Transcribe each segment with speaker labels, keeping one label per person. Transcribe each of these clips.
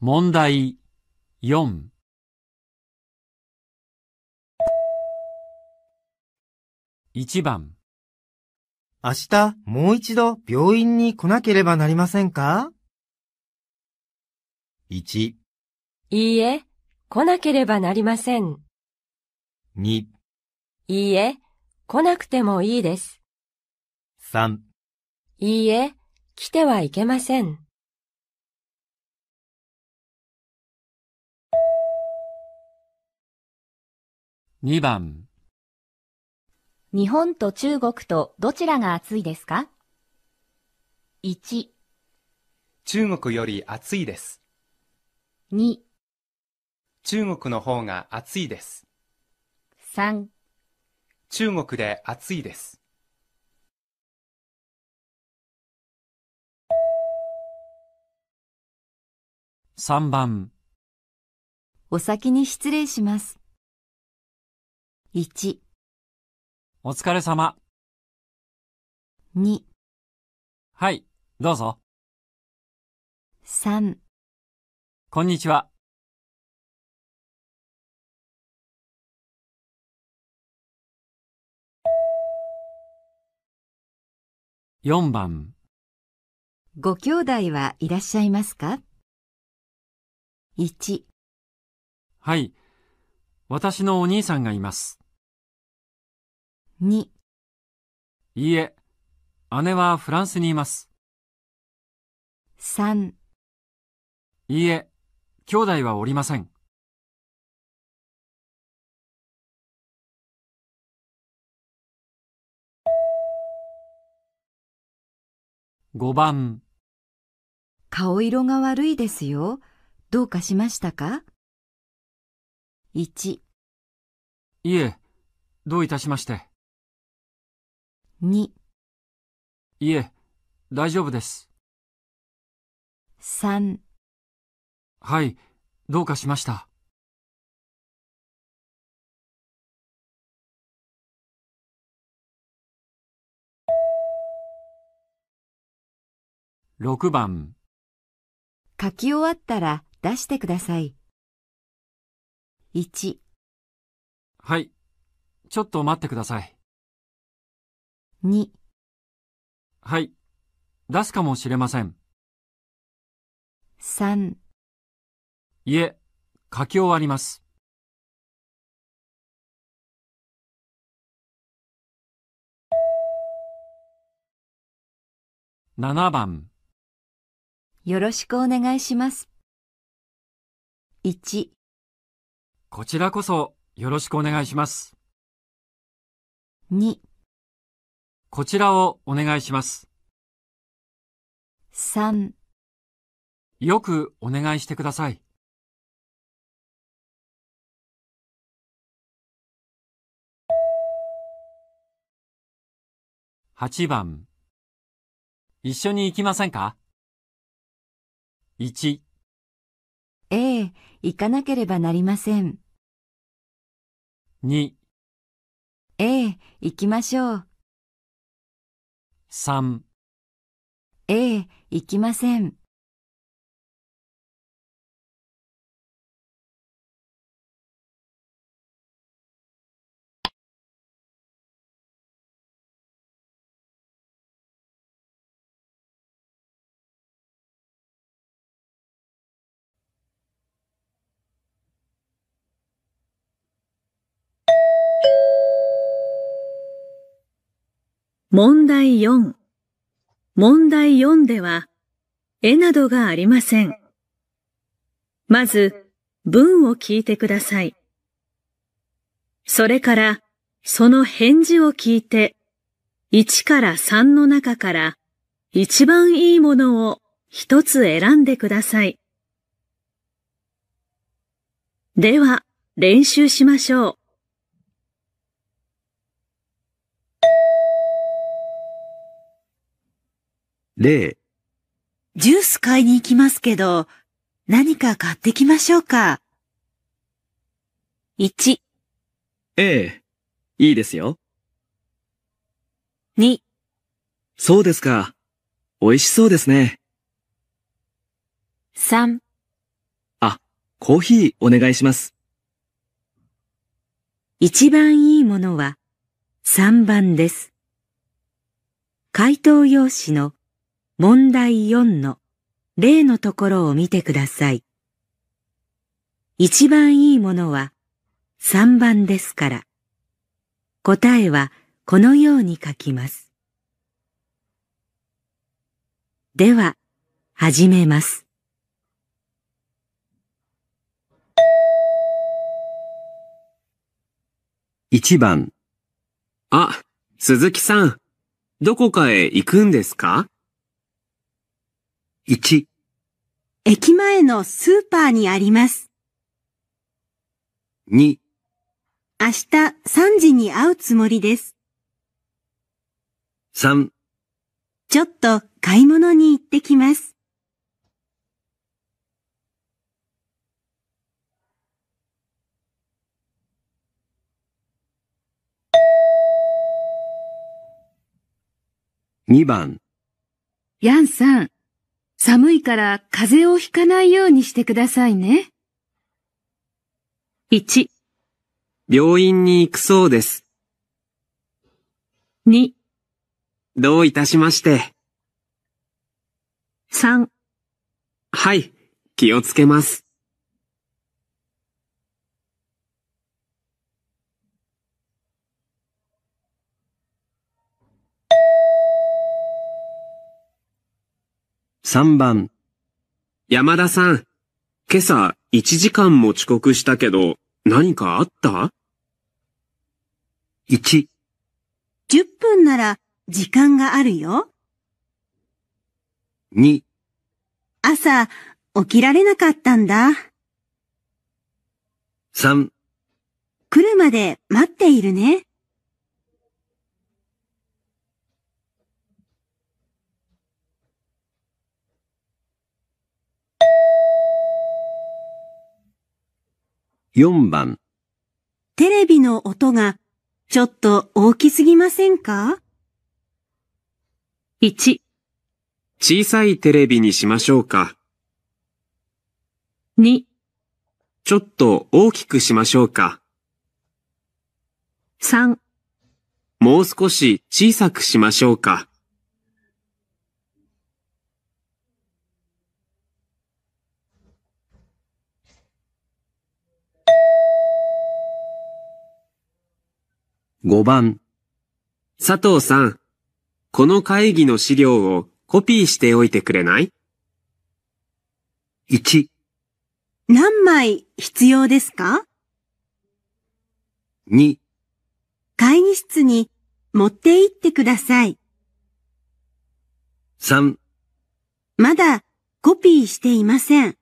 Speaker 1: 問題4一番
Speaker 2: 明日もう一度病院に来なければなりませんか ?1、
Speaker 3: いいえ、来なければなりません。
Speaker 2: 2、
Speaker 3: いいえ、来なくてもいいです。
Speaker 2: 3。
Speaker 3: いいえ、来てはいけません。
Speaker 1: 二番
Speaker 4: 日本と中国とどちらが暑いですか ?1、
Speaker 5: 中国より暑いです。
Speaker 4: 2、
Speaker 5: 中国の方が暑いです。
Speaker 4: 3
Speaker 5: 中国で暑いです。
Speaker 1: 三番
Speaker 4: お先に失礼します。1、
Speaker 1: お疲れ様
Speaker 4: 2、
Speaker 1: はいどうぞ
Speaker 4: 3
Speaker 1: こんにちは四番
Speaker 4: ご兄弟はいらっしゃいますか ?1、
Speaker 1: はい私のお兄さんがいます
Speaker 4: 2、
Speaker 1: いいえ姉はフランスにいます
Speaker 4: 3
Speaker 1: いいえ兄弟はおりません五番
Speaker 4: 顔色が悪いですよ。どうかしましたか ?1、
Speaker 1: いえどういたしまして
Speaker 4: 2、
Speaker 1: いえ大丈夫です
Speaker 4: 3
Speaker 1: はいどうかしました六番
Speaker 4: 書き終わったら出してください。1、
Speaker 1: はいちょっと待ってください
Speaker 4: 2、
Speaker 1: はい出すかもしれません
Speaker 4: 3
Speaker 1: いえ書き終わります七番
Speaker 4: よろしくお願いします。1、
Speaker 1: こちらこそよろしくお願いします
Speaker 4: 2、
Speaker 1: こちらをお願いします。
Speaker 4: 3
Speaker 1: よくお願いしてください。8番一緒に行きませんか ?1、
Speaker 4: ええ、行かなければなりません。
Speaker 1: 2、
Speaker 4: ええ、行きましょう。
Speaker 1: 3、
Speaker 4: ええ、行きません。
Speaker 6: 問題4。問題4では、絵などがありません。まず、文を聞いてください。それから、その返事を聞いて、1から3の中から、一番いいものを一つ選んでください。では、練習しましょう。
Speaker 7: 0、
Speaker 6: ジュース買いに行きますけど、何か買ってきましょうか。
Speaker 8: 1、
Speaker 7: ええ、いいですよ。
Speaker 8: 2、
Speaker 7: そうですか。美味しそうですね。
Speaker 8: 3、
Speaker 7: コーヒーお願いします。
Speaker 6: 一番いいものは3番です。回答用紙の問題4の例のところを見てください。一番いいものは3番ですから。答えはこのように書きます。では、始めます。
Speaker 7: 1番、
Speaker 9: あ、鈴木さん、どこかへ行くんですか
Speaker 7: 1、
Speaker 6: 駅前のスーパーにあります。
Speaker 7: 2、
Speaker 6: 明日3時に会うつもりです。
Speaker 7: 3、
Speaker 6: ちょっと買い物に行ってきます。
Speaker 7: 2番、
Speaker 10: ヤンさん、寒いから風邪をひかないようにしてくださいね。
Speaker 8: 1、
Speaker 9: 病院に行くそうです。
Speaker 8: 2、
Speaker 9: どういたしまして。
Speaker 8: 3、
Speaker 9: はい、気をつけます。
Speaker 7: 3番、
Speaker 9: 山田さん、今朝1時間も遅刻したけど、何かあった
Speaker 7: 1、
Speaker 6: 10分なら時間があるよ。
Speaker 7: 2、
Speaker 6: 朝起きられなかったんだ。
Speaker 7: 3、
Speaker 6: 来るまで待っているね。
Speaker 7: 4番、
Speaker 6: テレビの音がちょっと大きすぎませんか
Speaker 8: 1、
Speaker 9: 小さいテレビにしましょうか。
Speaker 8: 2、
Speaker 9: ちょっと大きくしましょうか。
Speaker 8: 3、
Speaker 9: もう少し小さくしましょうか。
Speaker 7: 5番、
Speaker 9: 佐藤さん、この会議の資料をコピーしておいてくれない
Speaker 7: 1、
Speaker 6: 何枚必要ですか
Speaker 7: 2、
Speaker 6: 会議室に持って行ってください。
Speaker 7: 3、
Speaker 6: まだコピーしていません。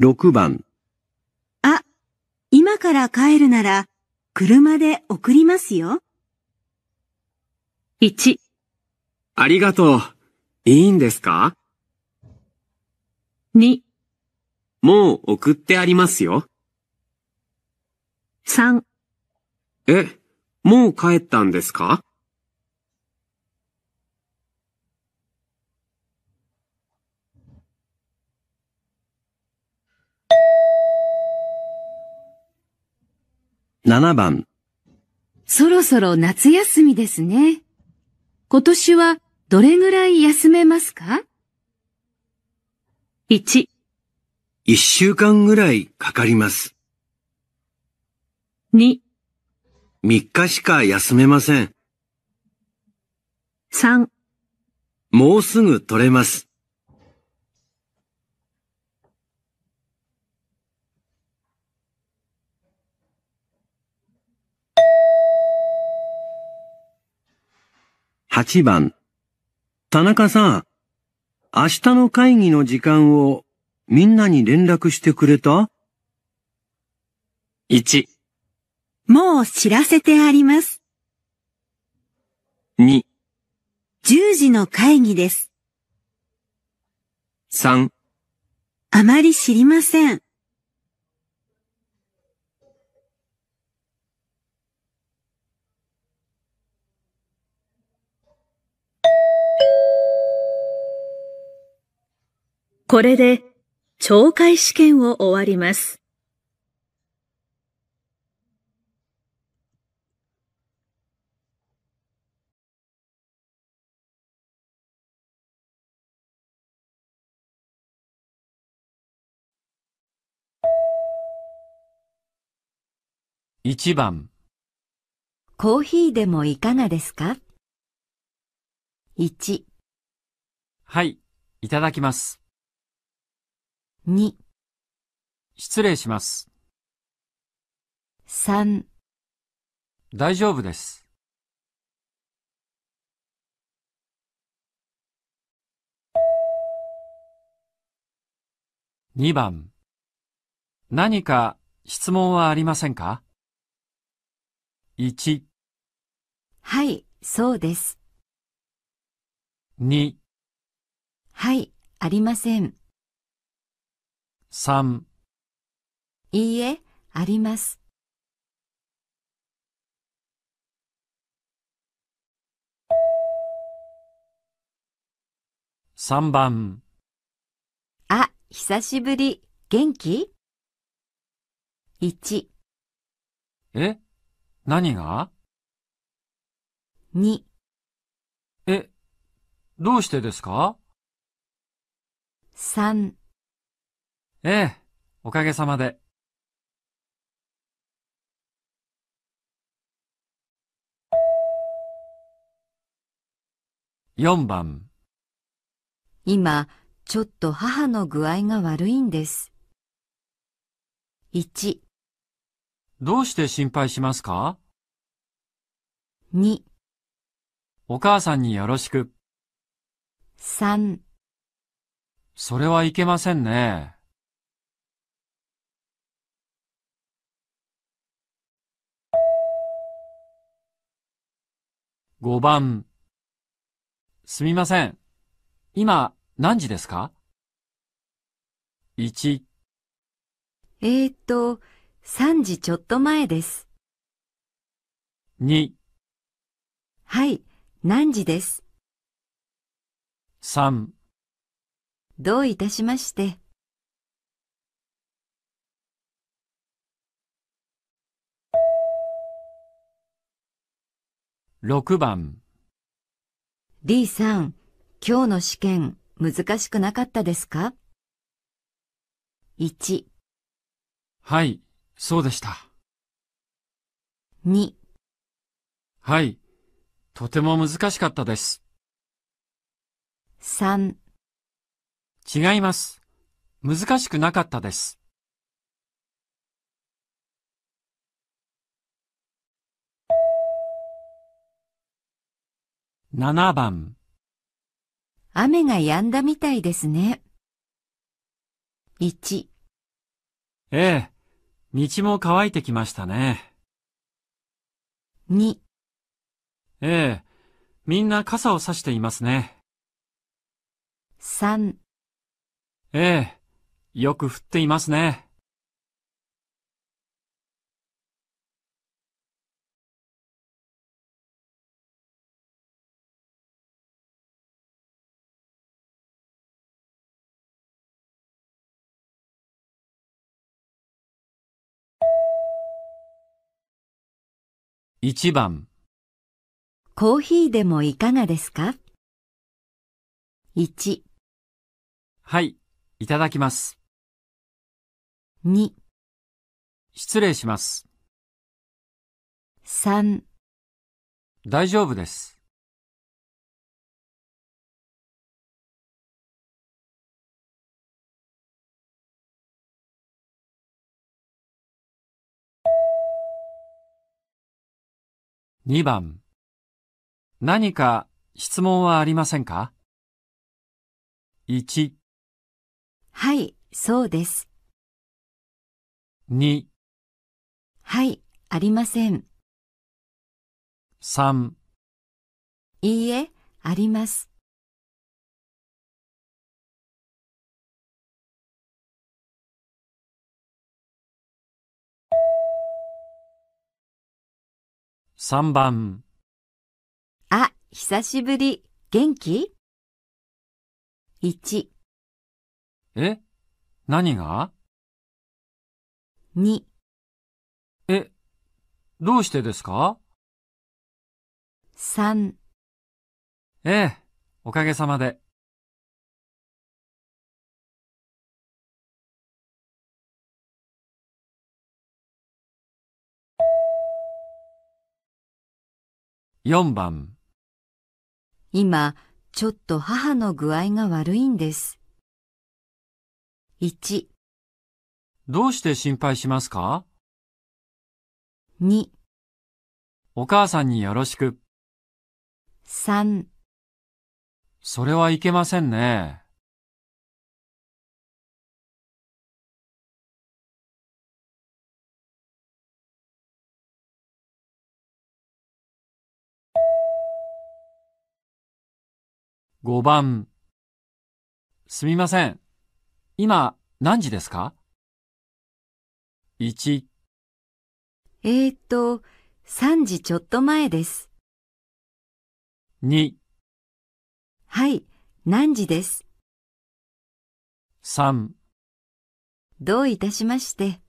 Speaker 7: 6番、
Speaker 6: 今から帰るなら車で送りますよ。
Speaker 8: 1、
Speaker 9: ありがとう。いいんですか
Speaker 8: 2、
Speaker 9: もう送ってありますよ。
Speaker 8: 3、
Speaker 9: え、もう帰ったんですか
Speaker 7: 7番、
Speaker 10: そろそろ夏休みですね。今年はどれぐらい休めますか
Speaker 8: 1、
Speaker 7: 1週間ぐらいかかります。
Speaker 8: 2、
Speaker 7: 3日しか休めません。
Speaker 8: 3、
Speaker 7: もうすぐ取れます。8番、田中さん、明日の会議の時間をみんなに連絡してくれた
Speaker 9: ?1、
Speaker 6: もう知らせてあります。
Speaker 9: 2、
Speaker 6: 10時の会議です。
Speaker 9: 3、
Speaker 6: あまり知りません。
Speaker 8: これで懲戒試験を終わります。
Speaker 1: 1番、
Speaker 4: コーヒーでもいかがですか ?1、
Speaker 1: はい、いただきます。
Speaker 4: 2、
Speaker 1: 失礼します。
Speaker 4: 3、
Speaker 1: 大丈夫です。2番、何か質問はありませんか ?1、
Speaker 4: はい、そうです。
Speaker 1: 2、
Speaker 4: はい、ありません。
Speaker 1: 3、
Speaker 4: いいえ、あります。
Speaker 1: 3番、
Speaker 4: あ、久しぶり。元気 ?1、
Speaker 1: え何が
Speaker 4: 2、
Speaker 1: え、どうしてですか
Speaker 4: 3。
Speaker 1: ええ、おかげさまで。4番、
Speaker 4: 今、ちょっと母の具合が悪いんです。1、
Speaker 1: どうして心配しますか
Speaker 4: 2、
Speaker 1: お母さんによろしく。
Speaker 4: 3。
Speaker 1: それはいけませんね。5番。すみません。今、何時ですか ?1、
Speaker 4: えーっと、3時ちょっと前です。
Speaker 1: 2、
Speaker 4: はい、何時です。
Speaker 1: 3。
Speaker 4: どういたしまして。
Speaker 1: 6番、
Speaker 4: D さん、今日の試験、難しくなかったですか ?1、
Speaker 1: はい、そうでした。
Speaker 4: 2、
Speaker 1: はい、とても難しかったです。
Speaker 4: 3。
Speaker 1: 違います。難しくなかったです。7番、
Speaker 4: 雨が止んだみたいですね。1、
Speaker 1: ええ、道も乾いてきましたね。
Speaker 4: 2、
Speaker 1: ええ、みんな傘を差していますね。
Speaker 4: 3。
Speaker 1: ええ、よく降っていますね。1番、
Speaker 4: コーヒーでもいかがですか ?1、
Speaker 1: はい、いただきます。
Speaker 4: 2、
Speaker 1: 失礼します。
Speaker 4: 3。
Speaker 1: 大丈夫です。2番、何か質問はありませんか ?1、
Speaker 4: はい、そうです。
Speaker 1: 2、
Speaker 4: はい、ありません。
Speaker 1: 3、
Speaker 4: いいえ、あります。
Speaker 1: 3番、
Speaker 4: あ、久しぶり。元気 ?1、
Speaker 1: え何が
Speaker 4: 2、
Speaker 1: え、どうしてですか
Speaker 4: 3。
Speaker 1: ええ、おかげさまで。4番、
Speaker 4: 今、ちょっと母の具合が悪いんです。1、
Speaker 1: どうして心配しますか
Speaker 4: 2、
Speaker 1: お母さんによろしく。
Speaker 4: 3。
Speaker 1: それはいけませんね。5番。すみません。今、何時ですか ?1、
Speaker 4: えーと、3時ちょっと前です。
Speaker 1: 2、
Speaker 4: はい、何時です。
Speaker 1: 3。
Speaker 4: どういたしまして。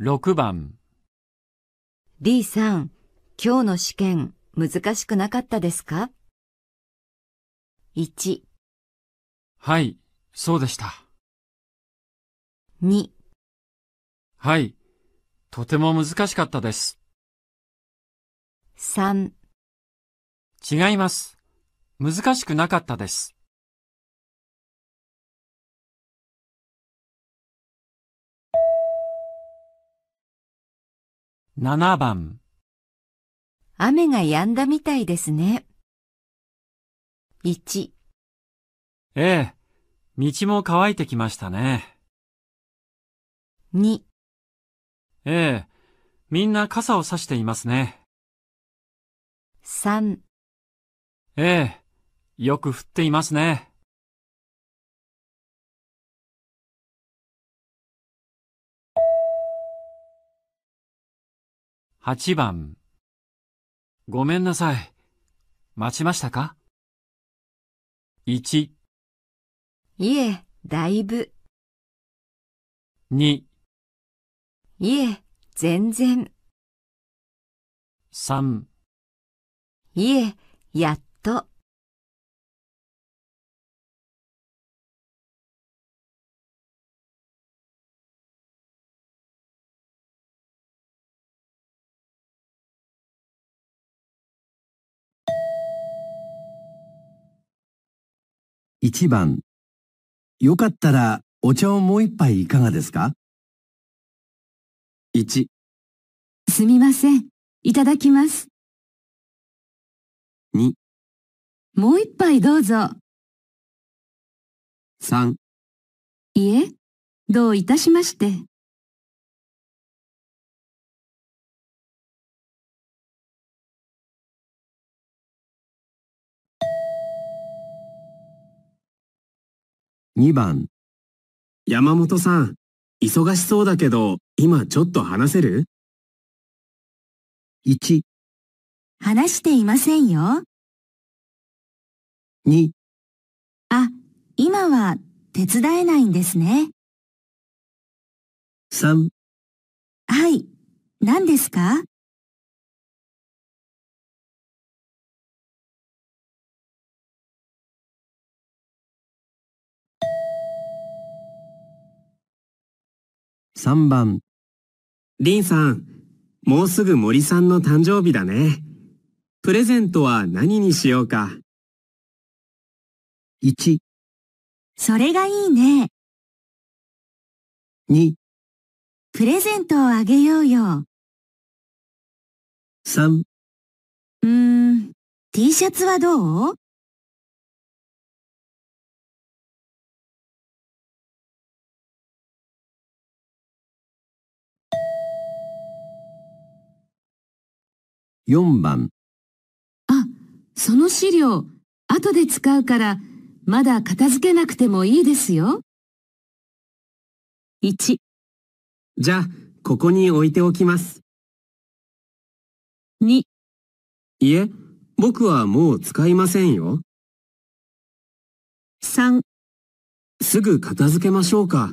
Speaker 1: 6番、
Speaker 4: D さん、今日の試験、難しくなかったですか ?1、
Speaker 1: はい、そうでした。
Speaker 4: 2、
Speaker 1: はい、とても難しかったです。
Speaker 4: 3。
Speaker 1: 違います。難しくなかったです。7番、
Speaker 4: 雨が止んだみたいですね。1、
Speaker 1: ええ、道も乾いてきましたね。
Speaker 4: 2、
Speaker 1: ええ、みんな傘を差していますね。
Speaker 4: 3。
Speaker 1: ええ、よく降っていますね。8番。ごめんなさい。待ちましたか ?1、
Speaker 4: いえ、だいぶ。
Speaker 1: 2、
Speaker 4: いえ、全然。
Speaker 1: 3。
Speaker 4: いえ、やっと。
Speaker 11: 1番。よかったらお茶をもう一杯いかがですか
Speaker 9: ?1、
Speaker 6: すみません。いただきます。
Speaker 9: 2、
Speaker 6: もう一杯どうぞ。
Speaker 9: 3、
Speaker 6: いえ、どういたしまして。
Speaker 11: 2番。
Speaker 9: 山本さん、忙しそうだけど、今ちょっと話せる
Speaker 11: 1、
Speaker 6: 話していませんよ。
Speaker 11: 2、
Speaker 6: あ、今は手伝えないんですね。
Speaker 11: 3。
Speaker 6: はい。何ですか
Speaker 11: 3番。
Speaker 9: リンさん、もうすぐ森さんの誕生日だね。プレゼントは何にしようか。
Speaker 11: 1、
Speaker 6: それがいいね。
Speaker 11: 2、
Speaker 6: プレゼントをあげようよ。
Speaker 12: 3
Speaker 6: うーん、T シャツはどう
Speaker 12: 4番
Speaker 6: あ、その資料、後で使うから、まだ片付けなくてもいいですよ。
Speaker 13: 1
Speaker 9: じゃあ、ここに置いておきます。
Speaker 13: 2
Speaker 9: いえ、僕はもう使いませんよ。
Speaker 13: 3
Speaker 9: すぐ片付けましょうか。